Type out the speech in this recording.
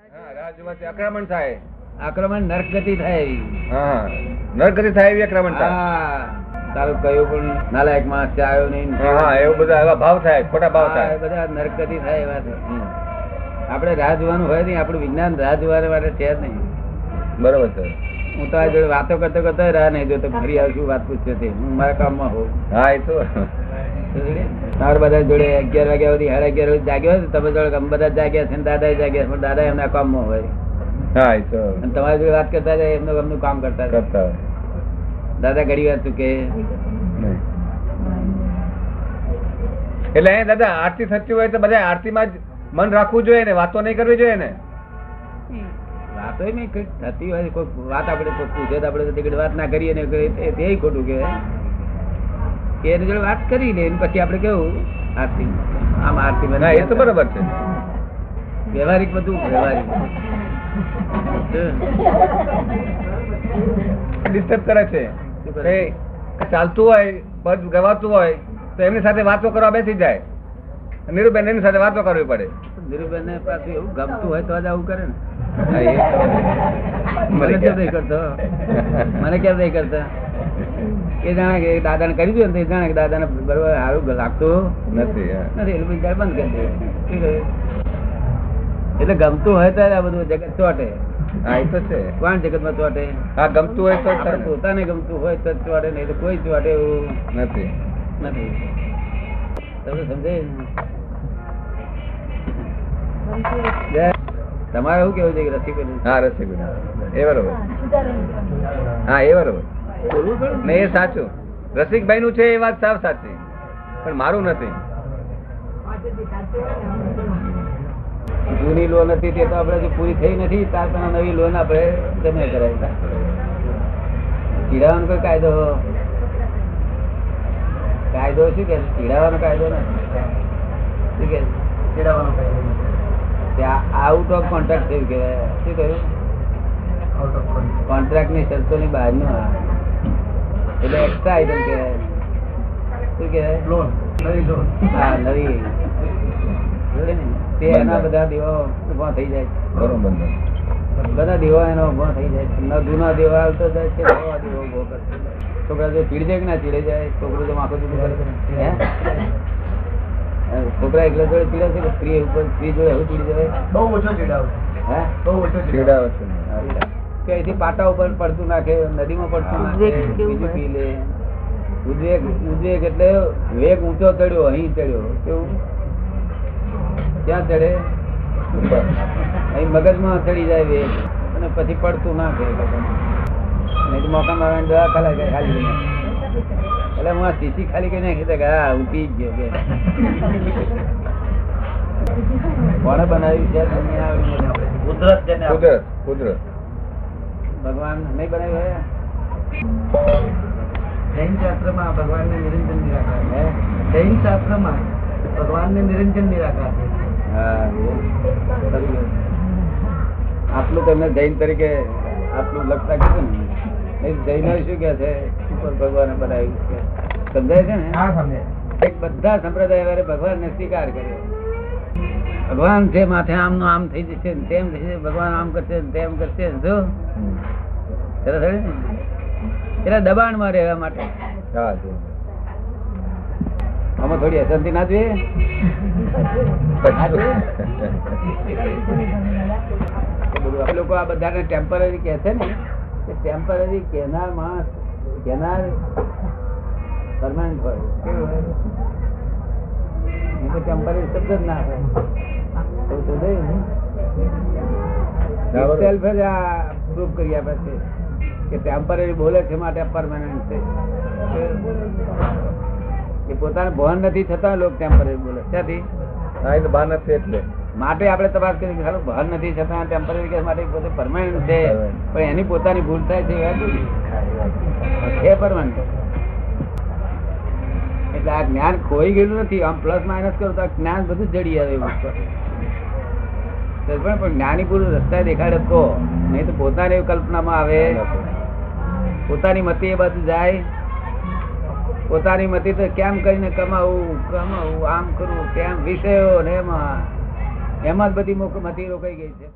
આજુબાજુ આક્રમણ થાય આક્રમણ નરકગતિ થાય એવી. હા નરકતી થાય એવી આક્રમણ થાય હા તારું કયું પણ નાલાયક માણસ છે, આવ્યો નહીં હા, હા એવું બધા એવા ભાવ થાય ખોટા ભાવ હા, થાય એ બધા નરકગતિ થાય એવા છે હમ. આપણે રાહ જોવાનું હોય નહીં આપણું વિજ્ઞાન રાહ જોવા માટે છે જ નહીં બરોબર છે હું તો આ જોડે વાતો કરતો કરતો રાહ નહીં જોતો ફરી આવશું વાત પૂછશે તે હું મારા કામમાં હોઉં હા એ તો તમારે બધા જોડે અગિયાર વાગ્યા સુધી સાડા અગિયાર સુધી જાગ્યો હોય તો તમે જોડે ગમે બધા જાગ્યા છે દાદા જાગ્યા છે પણ દાદા એમના કામમાં હોય હા એ તો અને તમારી જોડે વાત કરતા જાય એમનું એમનું કામ કરતા જાય કરતા હોય. દાદા ઘડી વાર ચૂકે નહીં. એટલે અહીંયા દાદા આરતી થતી હોય તો બધા આરતીમાં જ મન રાખવું જોઈએ ને વાતો નહીં કરવી જોઈએ ને વાતો નહીં કંઈક થતી હોય કોઈ વાત આપણે કોઈ પૂછે તો આપણે તેની જોડે વાત ના કરીએ ને કરીએ તે તેય ખોટું કહેવાય કે એની જોડે વાત કરી ને એની પછી આપણે કેવું આરતી આમ આરતી ના એ તો બરોબર છે વ્યવહારિક બધું વ્યવહારિક ડિસ્ટર્બ કરે છે શું કરે? એ ચાલતું હોય પદ ગવાતું હોય તો એમની સાથે વાતો કરવા બેસી જાય નીરુબેન એની સાથે વાતો કરવી પડે નિરૂબેન ને પાછું એવું ગમતું હોય તો જ આવું કરે ને હા, એ તો મને મરી કેમ નહીં કરતો મને કેમ નહીં કરતા એ જાણે કે દાદાને કરી દઉં ને તો એ જાણે કે દાદાને બરોબર સારું લાગતું નથી હા. નથી એટલે પછી ત્યારે બંધ કરી દે શું કહ્યું? એટલે ગમતું હોય ત્યારે આ બધું જગત ચોટે હા એ તો છે કોણ જગતમાં ચોટે હા ગમતું હોય તો આપણે ચાલે. પોતાને ગમતું હોય તો જ ચોટે નહીં તો કોઈ ચોટે એવું નથી નથી તમને સમજાય ને? જય. તમારે એવું કેવું છે કે રસી કર્યું હા રસિકભાઈ એ બરોબર હા એ બરોબર બોલવું પડે ને એ સાચું રસિકભાઈ નું છે એ વાત સાવ સાચી પણ મારું નથી જૂની લોન હતી તે તો આપણે હજુ પૂરી થઈ નથી તાર પણ નવી લોન આપણે જમા કરાવી ચીડાવાનો કોઈ કાયદો કાયદો શું કે ચીડાવાનો કાયદો ને શું કે ચીડાવાનો કાયદો આઉટ ઓફ કોન્ટ્રાક્ટ થયું કે શું કહ્યું કોન્ટ્રાક્ટ ની શરતો ની બહાર નું એટલે એક્સ્ટ્રા આઈટમ કે શું કે લોન નવી લોન હા નવી જોડે ને? તે એના બધા દીવા ઉભા થઈ જાય છે બરોબર બધા દેવા એનો ઉભો થઈ જાય છે ન જૂના દેવા આવતો જાય છે નવા દેવા ઉભો કરતો જાય છે. છોકરા જો ચીડી જાય કે ના ચીડે જાય છોકરો જો માથું દુખે કરે છે. હે? અ, છોકરા એકલા જોડે ચીડે છે કે સ્ત્રી ઉપર સ્ત્રી જોડે એવું ચીડી જાય બહુ ઓછો ચીડાવ હે બહુ ઓછો ચીડાવ ચીડાવો છો અચ્છા. કે અહીંથી પાટા ઉપર પડતું નાખે નદીમાં પડતું નાખે ઉદ્વેગ કેવું બીજું પી લે ઉદ્વેગ ઉદ્વેગ એટલે વેગ ઊંચો ચડ્યો અહીં ચડ્યો કેવું ક્યાં ચડે અહીં મગજમાં ચડી જાય વેગ અને પછી પડતું ના કહે નહીં તો મોકા મારવાની દવા ખાલા કે ખાલી કરીને. એટલે હું આ શીશી ખાલી કરીને નાખી દે કે હા હું પી જ ગયો કે કોણે બનાવ્યું છે તમને આ વિજ્ઞાન? કુદરત જેને આપે. કુદરત કુદરત ભગવાન નહીં બનાવ્યું હે? જૈન શાસ્ત્રમાં ભગવાનને નિરંજન નિરાકાર હે છે જૈન શાસ્ત્રમાં ભગવાનને નિરંજન નિરાકાર છે હા એવું. સારું છે. આટલું તમને જૈન તરીકે આટલું લખતા કીધું ને એ જૈનો શું કે છે ઉપર ભગવાને બનાવ્યું છે સમજાય છે ને આ સમજે એક બધા સંપ્રદાય વાળા ભગવાનને સ્વીકાર કર્યો ભગવાન છે માથે આમનું આમ થઈ જશે ને તેમ થઈ જશે ભગવાન આમ કરશે ને તેમ કરશે ને જો હમ. સરસ હેડે ને? એટલે દબાણમાં રહેવા માટે હા જી. આમાં થોડી અશાંતિ ના જોઈએ હા, એ બધું આ લોકો આ બધાને ટેમ્પરરી કહે છે ને કે ટેમ્પરરી કહેનાર માણસ કહેનાર permanent હોય કેવું હોય? નહીં તો temporary શબ્દ જ ના હોય તો તો જોયું ને? બરાબર. Itself જ આ proof કરી આપે છે કે ટેમ્પરરી બોલે છે માટે પરમાનન્ટ છે એ પોતાને ભાન નથી થતા લોકો ટેમ્પરરી બોલે ત્યાંથી હા એ તો બહાર નથી એટલે માટે આપણે તપાસ કરી કે સારું ભાન નથી છતાં ટેમ્પરરી કેસ માટે પોતે પરમાનન્ટ છે પણ એની પોતાની ભૂલ થાય છે એવા જોઈએ. છે permanent. એટલે આ જ્ઞાન ખોઈ ગયેલું નથી આમ પ્લસ માઇનસ કરો તો આ જ્ઞાન બધું જ જડી આવે એવું છે. તો પણ પણ જ્ઞાની પૂરું રસ્તા દેખાડે તો નહીં તો પોતાને એવી કલ્પનામાં આવે પોતાની મતે એ બાજુ જાય પોતાની મતે તો કેમ કરીને કમાવું કમાવું આમ કરવું તેમ વિષયો ને એમાં એમાં જ બધી મોક- મતી રોકાઈ ગઈ છે